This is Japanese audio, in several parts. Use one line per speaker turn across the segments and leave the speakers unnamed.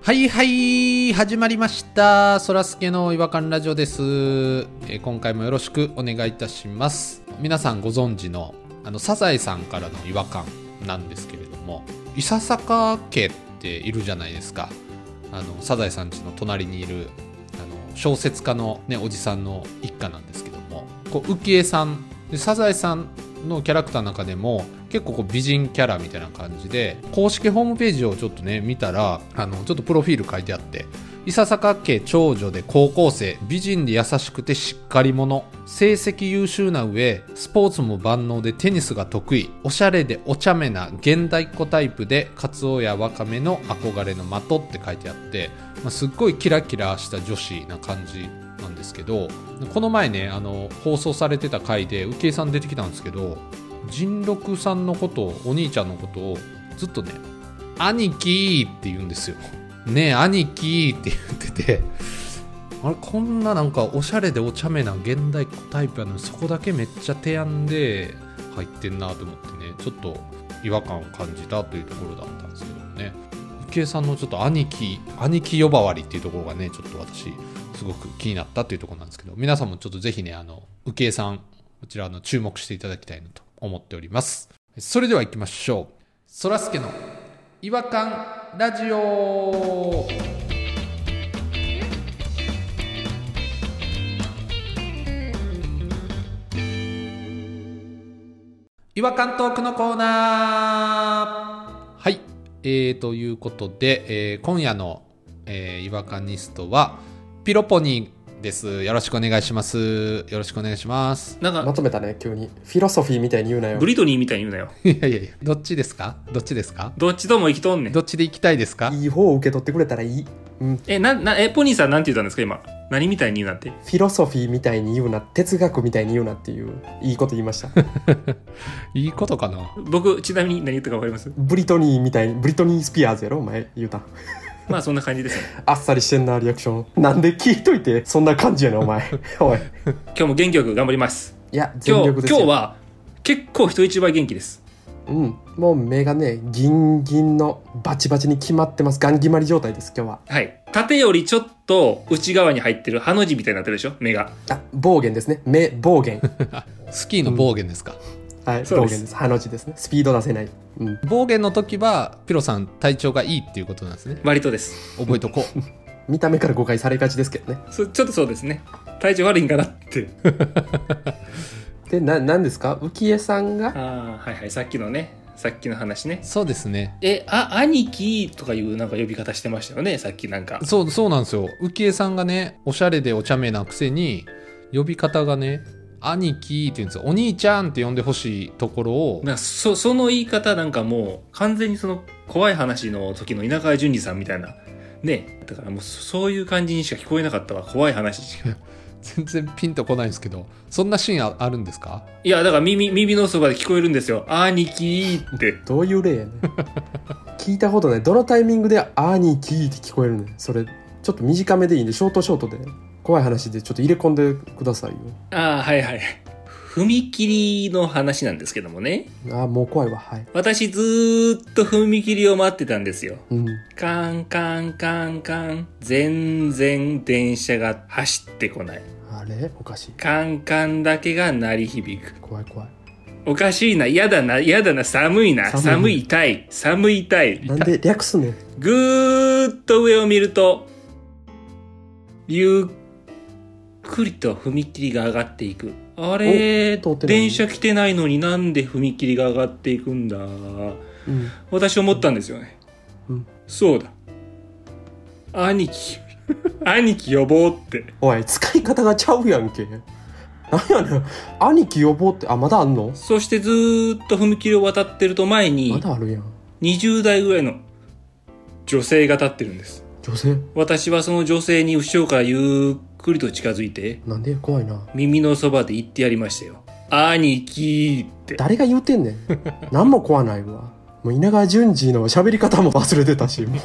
はいはい始まりましたそらすけの違和感ラジオです、えー今回もよろしくお願いいたします皆さんご存知のあのサザエさんからの違和感なんですけれども伊佐坂家っているじゃないですかあのサザエさん家の隣にいるあの小説家の、ね、おじさんの一家なんですけどもこう浮江さんでサザエさんのキャラクターの中でも結構こう美人キャラみたいな感じで公式ホームページをちょっとね見たらあのちょっとプロフィール書いてあって「伊佐坂家長女で高校生美人で優しくてしっかり者成績優秀な上スポーツも万能でテニスが得意おしゃれでお茶目な現代っ子タイプでカツオやワカメの憧れの的」って書いてあって、まあ、すっごいキラキラした女子な感じなんですけどこの前ねあの放送されてた回で浮江さん出てきたんですけど仁六さんのことをお兄ちゃんのことをずっとね「兄貴」って言うんですよ。ねえ兄貴って言っててあれこんななんかおしゃれでお茶目な現代っ子タイプやのにそこだけめっちゃ提案で入ってんなと思ってねちょっと違和感を感じたというところだったんですけどもね浮江さんのちょっと兄貴兄貴呼ばわりっていうところがねちょっと私すごく気になったというところなんですけど皆さんもちょっとぜひねあの浮江さんこちらあの注目していただきたいなと思っておりますそれでは行きましょうそらすけの違和感ラジオ違和感トークのコーナーはい、えー、ということで、えー今夜の、えー違和感ニストはピロポニーですよろしくお願いしますよろしくお願いします
なん
ま
か、
とめたね急にフィロソフィーみたいに言うなよ
ブリトニーみたいに言うなよ。
いやいやいやどっちですかどっちですか
どっちとも生きとんねん
ど。っちで行きたいですか
いい方を受け取ってくれたらいい、うん、フ
え、な、な、え、ポニーさんなんて言ったんですか今。何みたいに言うなって。
ィロソフィーみたいに言うな哲学みたいに言うなっていういいこと言いました
いいことかな
僕、ちなみに何言ったかわかります
ブリトニーみたいにブリトニー・スピアーズやろお前言うた
まあそんな感じですね。
あっさりしてんなリアクションなんで聞いといてそんな感じやねんお前 おい
今日も元気よく頑張ります。
いや
今
全
日、今
力です
日
よ
は結構人一倍元気です。
うんもう目がねギンギンのバチバチに決まってますガン決まり状態です今日は
はい。縦よりちょっと内側に入ってるハの字みたいになってるでしょ目が。
あ暴言ですね目暴言
スキーの暴言ですか、
は い
そう
暴
です
言ですハの字ですねスピード出せない、うん、
暴言の時はピロさん体調がいいっていうことなんですね
割とです。
覚えと こう
見た目から誤解されがちですけどね
そちょっとそうですね。体調悪いんかなって。
でな何ですか浮江さんが
ああ、はいはい。さっきのね。さっきの話ね。
そうですね
え、あ、兄貴とかいうなんか呼び方してましたよね。さっきなんか。
そうそうなんですよ浮江さんがねおしゃれでお茶目なくせに呼び方がね兄貴って言うんですよお兄ちゃんって呼んでほしいところを
なんかそその言い方なんかもう完全にその怖い話の時の稲川淳二さんみたいなねだからもうそそういう感じにしか聞こえなかったわ怖い話しか
全然ピンとこないんですけどそんなシーンああるんですか
いやだから耳耳のそばで聞こえるんですよ「兄貴」って
どういう例やねん 聞いたことないどのタイミングで「兄貴」って聞こえるねんそれちょっと短めでいいんでショートショートで怖い話でちょっと入れ込んでくださいよ
ああはいはい踏切の話なんですけどもね
あーもう怖いわはい、
私ずーっと踏切を待ってたんですよ
うん、
カンカンカンカン全然電車が走ってこない
あれおかしい
カンカンだけが鳴り響く
怖い怖い
おかしいな、嫌だな、嫌だな、寒いな、
寒い
寒い、痛い、寒い、痛い。
なんで略すねん
ぐーっと上を見ると、ゆっくりと踏切が上がっていく。あれ、
お通ってない
電車来てないのになんで踏切が上がっていくんだ
うん
私思ったんですよね。
うん
そうだ。兄 貴、兄貴呼ぼうって。
おい使い方がちゃうやんけなんやねん兄貴呼ぼうってあまだあんの
そしてずーっと踏切を渡ってると前
ま
に、
だあるやん
20代ぐらいの女性が立ってるんです。
女性
私はその女性に後ろからゆっくりと近づいて、
なんで怖いな
耳のそばで言ってやりましたよ。兄貴って。
誰が言うてんねん何も怖ないわもう稲川淳二の喋り方も忘れてたしも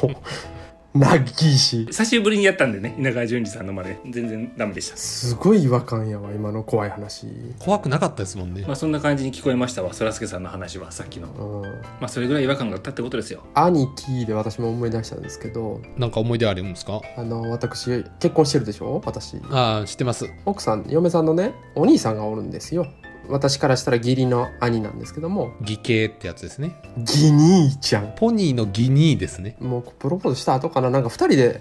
うなっきいし
久しぶりにやったんでね稲川淳二さんのまで全然ダメでした
すごい違和感やわ今の怖い話
怖くなかったですもんね
まあそんな感じに聞こえましたわそらすけさんの話はさっきの
うん
まあそれぐらい違和感があったってことですよ
兄貴で私も思い出したんですけど
なんか思い出あるんですか
あの私結婚してるでしょ私
ああ知ってます
奥さん嫁さんのねお兄さんがおるんですよ私からしたら義理の兄なんですけども
義兄ってやつですね
義兄ちゃん
ポニーの義兄ですね
もうプロポーズした後かななんか2人で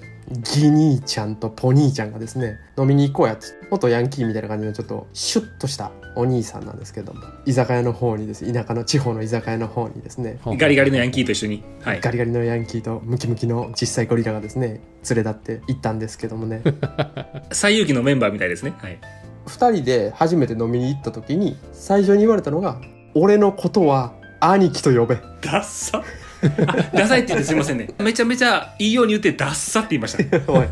ギニーちゃんとポニーちゃんがですね飲みに行こうやつ元ヤンキーみたいな感じのちょっとシュッとしたお兄さんなんですけども居酒屋の方にです田舎の地方の居酒屋の方にですね
ガリガ
リ
リのヤンキーと一緒にはい
ガリガリのヤンキーとムキムキの小さいゴリラがですね連れ立って行ったんですけども ね
西遊記のメンバーみたいですねはい
2人で初めて飲みに行った時に最初に言われたのが「俺のことは兄貴と呼べ」
ダッサあ ダサいって言ってすいませんねめちゃめちゃいいように言ってダッサって言いましたね
おい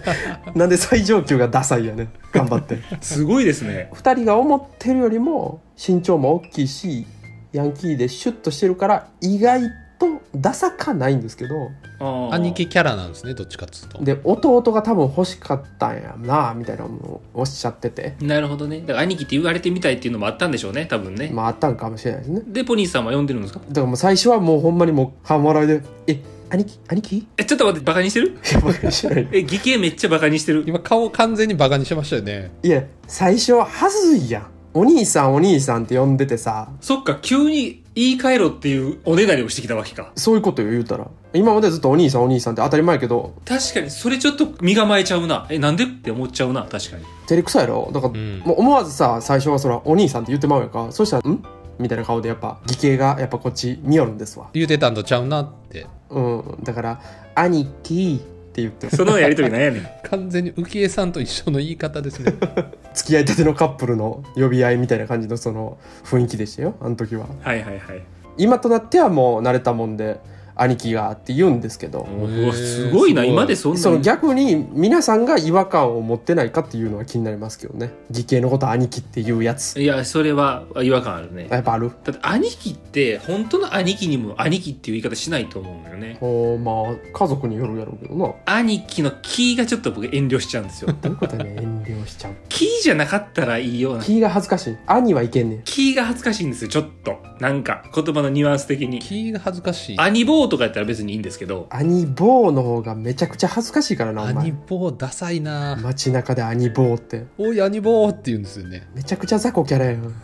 なんで最上級がダサいやね頑張って
すごいですね
2人が思ってるよりも身長も大きいしヤンキーでシュッとしてるから意外とダサかないんですけど
あー
兄貴キャラなんですねどっちかっつうと
で弟が多分欲しかったんやなみたいなのをおっしゃってて
なるほどねだから兄貴って言われてみたいっていうのもあったんでしょうね多分ね、
まああったんかもしれないですね
でポニーさんは呼んでるんですか
だからもう最初はもうほんまにもう半笑いで「え兄貴兄貴?」
えちょっと待ってバカにしてる
いやバカにしない
え義兄めっちゃバカにしてる
今顔完全にバカにしてましたよね
いや最初ははずいやんお兄さんお兄さんって呼んでてさ
そっか急に言い換えろっていうおねだりをしてきたわけか
そういうことよ言うたら今までずっとお兄さんお兄さんって当たり前やけど
確かにそれちょっと身構えちゃうなえなんでって思っちゃうな確かに
照れくさいやろだから、
うん
もう思わずさ最初はそら「お兄さん」って言ってまうやんかそしたら「ん?」みたいな顔でやっぱ義兄がやっぱこっち見よるんですわ
言うてたんとちゃうなって
うんだから「兄貴」って言って
そのやりとりなんやねん
完全に浮江さんと一緒の言い方ですね
付き合いたてのカップルの呼び合いみたいな感じのその雰囲気でしたよあの時は
はいはいはい
今となってはもう慣れたもんで「兄貴が」って言うんですけど
うわすごいな
すごい
今でそんな
その逆に皆さんが違和感を持ってないかっていうのは気になりますけどね義兄のこと兄貴っていうやつ
いやそれは違和感あるね
やっぱある
だって兄貴って本当の兄貴にも兄貴っていう言い方しないと思うんだよね
おまあ家族によるやろうけどなど
兄貴の「キー」がちょっと僕遠慮しちゃうんですよ
ういうことやね遠慮しちゃう
キーじゃなかったらいいような
キーが恥ずかしい兄はいけんねん
キーが恥ずかしいんですよちょっとなんか言葉のニュアンス的に
気が恥ずかしい
兄坊とかやったら別にいいんですけど
兄坊の方がめちゃくちゃ恥ずかしいからなお
兄
前
坊ダサいな
街中で兄坊って
おい兄坊って言うんですよね
めちゃくちゃ雑魚キャラや ん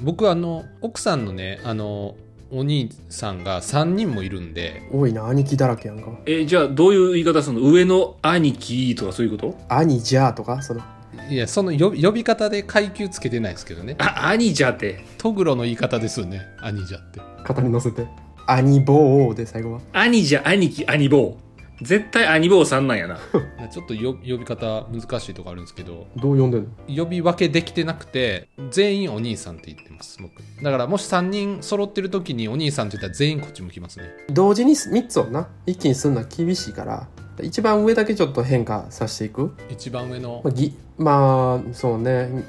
僕あの奥さんのねあのお兄さんが3人もいるんで
多いな兄貴だらけやんか
えじゃあどういう言い方するの上の兄貴とかそういうこと
兄じゃあとかその
いやその呼び呼び方で階級つけてないですけどね
あ兄じゃって
トグロの言い方ですよね兄じゃって
肩に乗せて兄坊で最後は
兄じゃ兄貴兄坊絶対兄坊さんなんやな
ちょっとよ呼び方難しいとこあるんですけど
どう呼んでん
呼
の
び分けできてなくて全員お兄さんって言ってます僕だからもし3人揃ってる時にお兄さんって言ったら全員こっち向きますね
同時に3つをな一気にすんのは厳しいから一番上だけちょっと変化させていく
一番上の
まあ、ぎまあそうね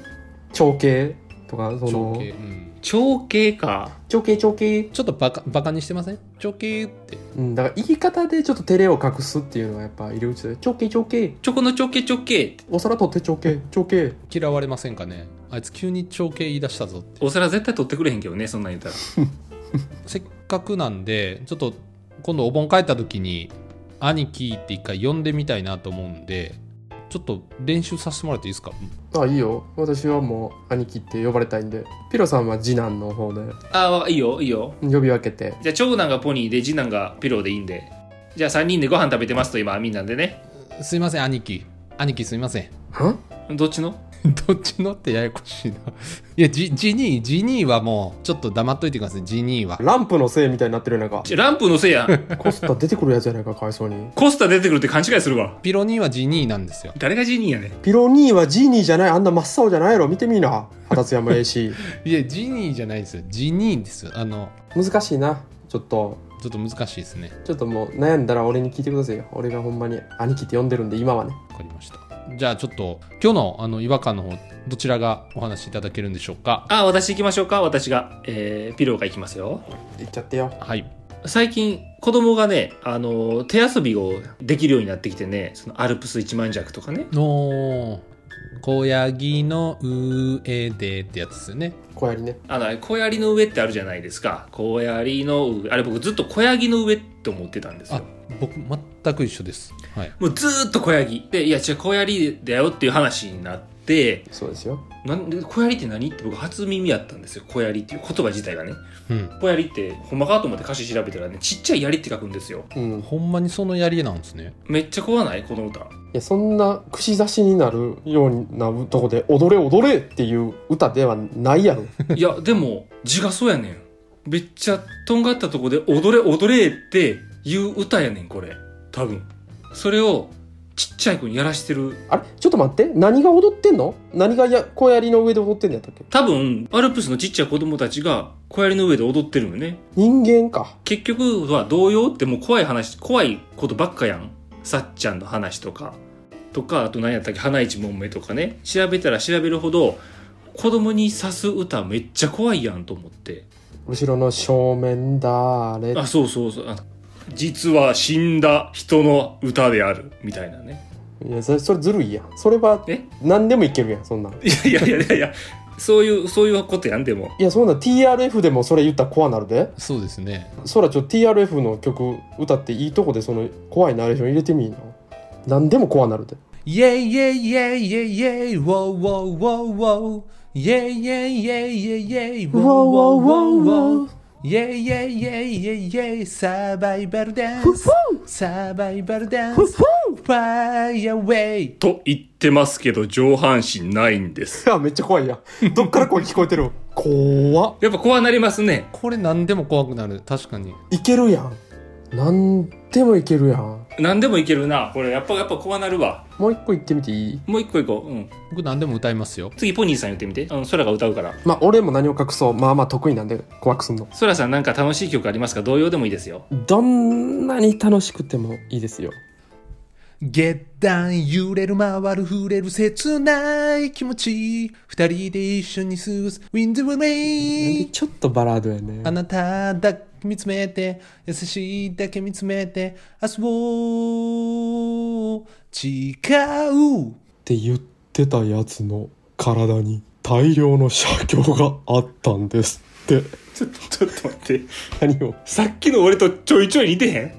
長兄とかそ
長
の
兄、うん
長兄か
長兄長兄
ちょっとバカバカにしてません長兄って
うんだから言い方でちょっと照れを隠すっていうのはやっぱ入り口で長兄長兄
チョコのチョケチョケって
お皿取って長兄長兄
嫌われませんかねあいつ急に長兄言い出したぞって
お皿絶対取ってくれへんけどねそんなん言ったら
せっかくなんでちょっと今度お盆帰った時に「兄貴」って一回呼んでみたいなと思うんでちょっと練習させてもらっていいですか
あいいよ私はもう兄貴って呼ばれたいんでピロさんは次男の方で
ああいいよいいよ
呼び分けて
じゃあ長男がポニーで次男がピローでいいんでじゃあ3人でご飯食べてますと今みんなでね
すいません兄貴兄貴すいません
は
どっちの
どっちのってややこしいないやジジニージニーはもうちょっと黙っといてくださいジニーは
ランプのせいみたいになってるやんか
ちょランプのせいやん
コスタ出てくるやつやないかかわいそうに
コスタ出てくるって勘違いするわ
ピロニーはジニーなんですよ
誰がジーニーやねん
ピロニーはジーニーじゃないあんな真っ青じゃないやろ見てみいな二 十歳やもええし
いやジニーじゃないですよジニーですよあの
難しいなちょっと
ちょっと難しいですね
ちょっともう悩んだら俺に聞いてくださいよ俺がほんまに兄貴って呼んでるんで今はね
わかりましたじゃあちょっと今日のあの違和感の方どちらがお話しいただけるんでしょうか
あ私行きましょうか私が、えーピローが行きますよ
言っちゃってよ
はい
最近子供がね、あの、手遊びをできるようになってきてね、そのアルプス一万弱とかね。
おー小ヤギの上でってやつですよね
小槍ね
あの、小槍の上ってあるじゃないですか。小槍の上、あれ僕ずっと小槍の上って思ってたんです
あ
よ。
僕全く一緒です、はい、
もうずーっと小槍。で、いや違う、小槍だよっていう話になって、
そうですよ
なんで、小槍って何って僕初耳やったんですよ。小槍っていう言葉自体がね。
うん、
小槍って、ほんまかと思って歌詞調べたらね、ちっちゃい槍って書くんですよ。
うんい
ほんまにそのやりなんですね
めっちゃ怖ないこの歌。
やそんな串刺しになるようなとこで「踊れ踊れ」っていう歌ではないやろ
いや、でも、字がそうやねん。めっちゃ、とんがったとこで、踊れ、踊れっていう歌やねん、これ。多分。それを、ちっちゃい子にやらしてる。
あれちょっと待って何が踊ってんの何がや小槍の上で踊ってんのやったっけ
多分、アルプスのちっちゃい子供たちが、小槍の上で踊ってるよね。
人間か
結局は童謡ってもう怖い話、怖いことばっかやん。さっちゃんの話とか。とか、あと何やったっけ、花一門目とかね。調べたら調べるほど、子供に刺す歌めっちゃ怖いやんと思って。
後ろの正面だれ
あそうそうそうあ実は死んだ人の歌であるみたいなね
いやそれそれずるいやんそれは
え
何でもいけるやんそんなん
いやいやいやいやそういうそういうことやんでも
いやそんなん TRF でもそれ言ったら怖なるで
そうですね
そらちょっと TRF の曲歌っていいとこでその怖いナレーション入れてみいな何でも怖なるで
イェイイェイイェイイェイイェイウォーウォーウォーウォーイェイイェイイェイイェイイェイウォーウォーウォーウォーイェイイェイイェイイェイイェイサバイバルダンスサバイバルダンスファイアウェイ
と言ってますけど上半身ないんです
あめっちゃ怖いやんどっから声聞こえてる怖っ
やっぱ怖なりますね
これ何でも怖くなる確かに
いけるやん何でもいけるやん
何でもいけるなこれやっぱやっぱ怖なるわ
もう一個言ってみていい
もう一個いこう、うん、
僕何でも歌いますよ
次ポニーさん言ってみてあの空が歌うから
まあ俺も何を隠そうまあまあ得意なんで怖くすんの
空さんなんか楽しい曲ありますか同様でもいいですよ
どんなに楽しくてもいいですよ
月段揺れる回る触れる切ない気持ち二人で一緒に過ごす Wind the
なんで
way
ちょっとバラードやね
あなただけ見つめて優しいだけ見つめて明日を違う
って言ってたやつの体に大量の写経があったんですって
ちょ ちょっと待って
何を
さっきの俺とちょいちょい似てへん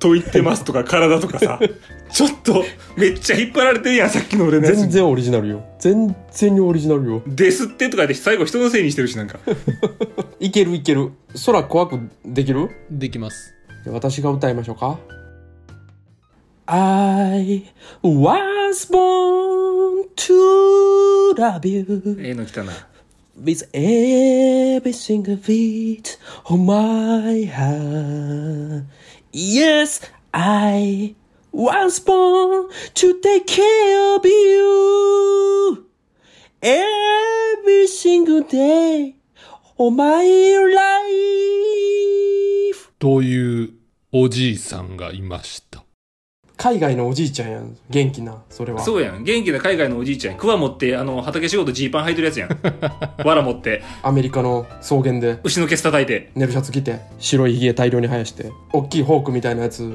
と言ってますとか体とか さ。ちょっとめっちゃ引っ張られてるやん、さっきの俺のやつ
全
に。
然オリジナルよ全然にオリジナルよ
ですってとかで最後人のせいにしてるしなんか。
いけるいける空怖くできる
できます
じゃあ私が歌いましょうか I was born to love you
ええの来たな。
with every single beat of my heart. Yes, I was born to take care of you every single day of my life.
というおじいさんがいました
海外のおじいちゃんやん。元気な、それは。
そうやん。元気な海外のおじいちゃん。クワ持って、あの、畑仕事ジーパン履いてるやつや ん。わら持って、
アメリカの草原で。
牛のケツ叩いて。
寝るシャツ着て白いひげ大量に生やして大きいフォークみたいなやつ
う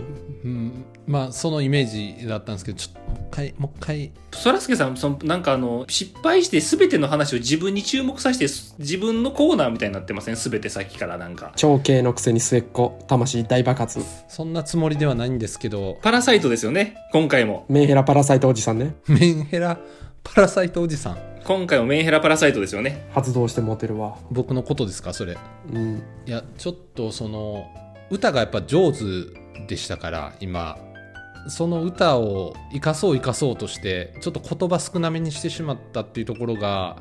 んまあそのイメージだったんですけどちょっともう一回もう一回
そらすけさん、そのなんかあの、失敗して全ての話を自分に注目させて、す自分のコーナーみたいになってません全てさっきからなんか。
長兄のくせに末っ子魂大爆発
そんなつもりではないんですけど
パラサイトですよね。今回も。
メンヘラパラサイトおじさんね
メンヘラパラサイトおじさん
今回もメンヘラパラサイトですよね。
発動してモテるわ
僕のことですかそれ
うん
いやちょっとその歌がやっぱ上手でしたから今その歌を生かそう生かそうとしてちょっと言葉少なめにしてしまったっていうところが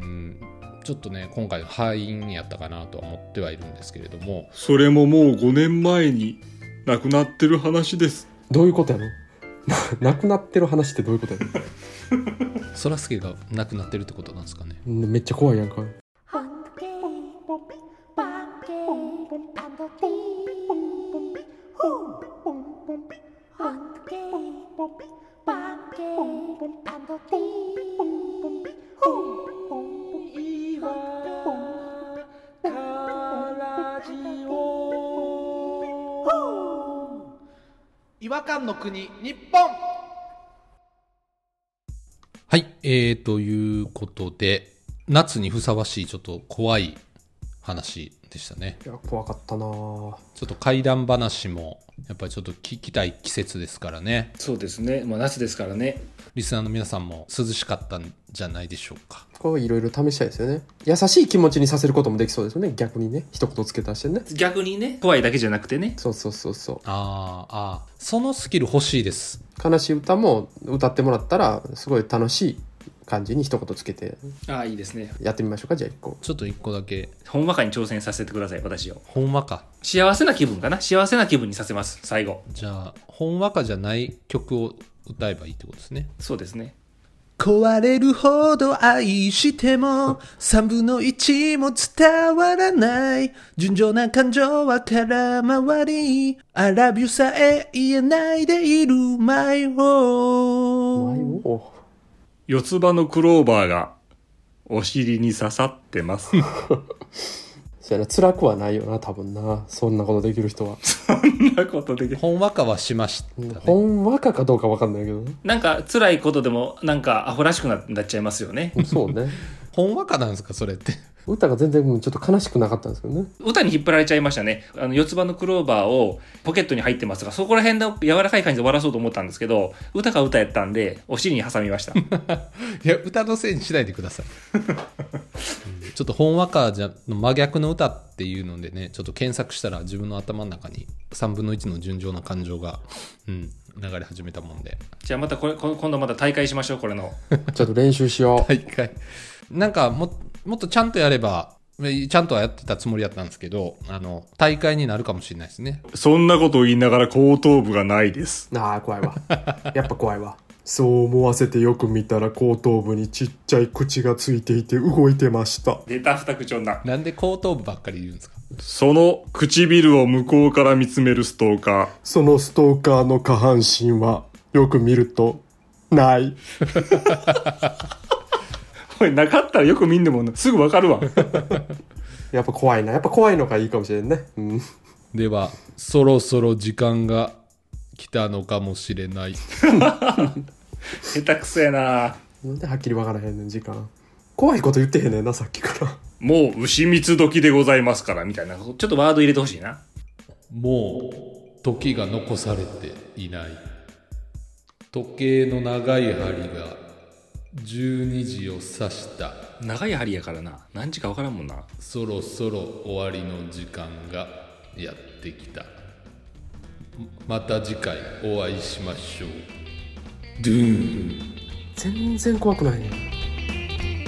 うんちょっとね今回の敗因やったかなとは思ってはいるんですけれども
それももう5年前に亡くなってる話です。
どういうことやの なくなってる話ってどういうことや
そらすけが亡くなってるってことなんですかね
のめっちゃ怖いやんか
Hunky,
カンの国日本はいえー、ということで夏にふさわしいちょっと怖い話でしたね
いや怖かったなぁ
ちょっと怪談話もやっぱりちょっと聞きたい季節ですからね
そうですね、まあ、夏ですからね
リスナーの皆さんも涼しかったんじゃないでしょうか
これいろいろ試したいですよね優しい気持ちにさせることもできそうですよね逆にね一言付け足してね
逆にね怖いだけじゃなくてね
そうそうそうそ
あーあーそのスキル欲しいです
う悲しい歌も歌ってもらったらすごい楽しい感じに一言つけて
ああいいですね
やってみましょうかじゃあ一個
ちょっと一個だけ
ほんわかに挑戦させてください私を
ほんわか
幸せな気分かな幸せな気分にさせます最後
じゃあほんわかじゃない曲を歌えばいいってことですね
そうですね
壊れるほど愛しても3分の1も伝わらない純情な感情は空回り I love you さえ言えないでいる My home
前を
四つ葉のクローバーがお尻に刺さってます
そうやな辛くはないよな多分なそんなことできる人は
そんなことできない
ほんわかはしましたね
ほんわかかどうかわかんないけどね
なんか辛いことでもなんかアホらしくななっちゃいますよね
そうね
ほんわかなんですかそれって
歌が全然もうちょっと悲しくなかったんですけどね
歌に引っ張られちゃいましたねあの四つ葉のクローバーをポケットに入ってますがそこら辺の柔らかい感じで終わらそうと思ったんですけど歌が歌やったんでお尻に挟みま した
いや歌のせいにしないでくださいうんちょっとほんわかじゃの真逆の歌っていうのでねちょっと検索したら自分の頭の中に3分の1の純情な感情が、うん、流れ始めたもんで
じゃあまたこれこ今度また大会しましょうこれの
ちょっと練習しよ
大会なんかももっとちゃんとやればえちゃんとはやってたつもりだったんですけどあの大会になるかもしれないですね
そんなことを言いながら後頭部がないです
うああ怖い わやっぱ怖いわそう思わせてよく見たら後頭部にちっちゃい口がついていて動いてました
出た二口女
なんで後頭部ばっかり言うんですか
その唇を向こうから見つめるストーカー
そのストーカーの下半身はよく見るとない
これなかったらよく見んでもすぐわかるわ
やっぱ怖いなやっぱ怖いのがいいかもしれんねうん
ではそろそろ時間が来たのかもしれない
下手くそやな
なんではっきりわからへんねん時間怖いこと言ってへんねんなさっきから
もう牛蜜時でございますからみたいなちょっとワード入れてほしいな
もう時が残されていない時計の長い針が12時を指した
長い針やからな何時かわからんもんな
そろそろ終わりの時間がやってきたまた次回お会いしましょうドゥーン
全然怖くないねん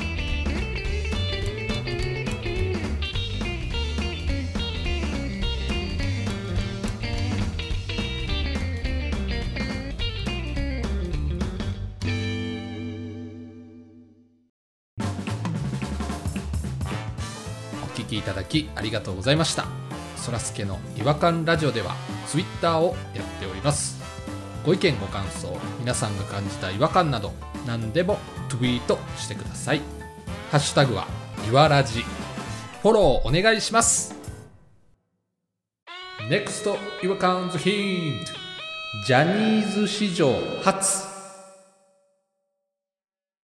お聞きいただきありがとうございましたそらすけの違和感ラジオではツイッターをやっておりますご意見ご感想皆さんが感じた違和感など何でもツイートしてくださいハッシュタグはいわらじフォローお願いします NEXT 違和感ズヒントジャニーズ史上初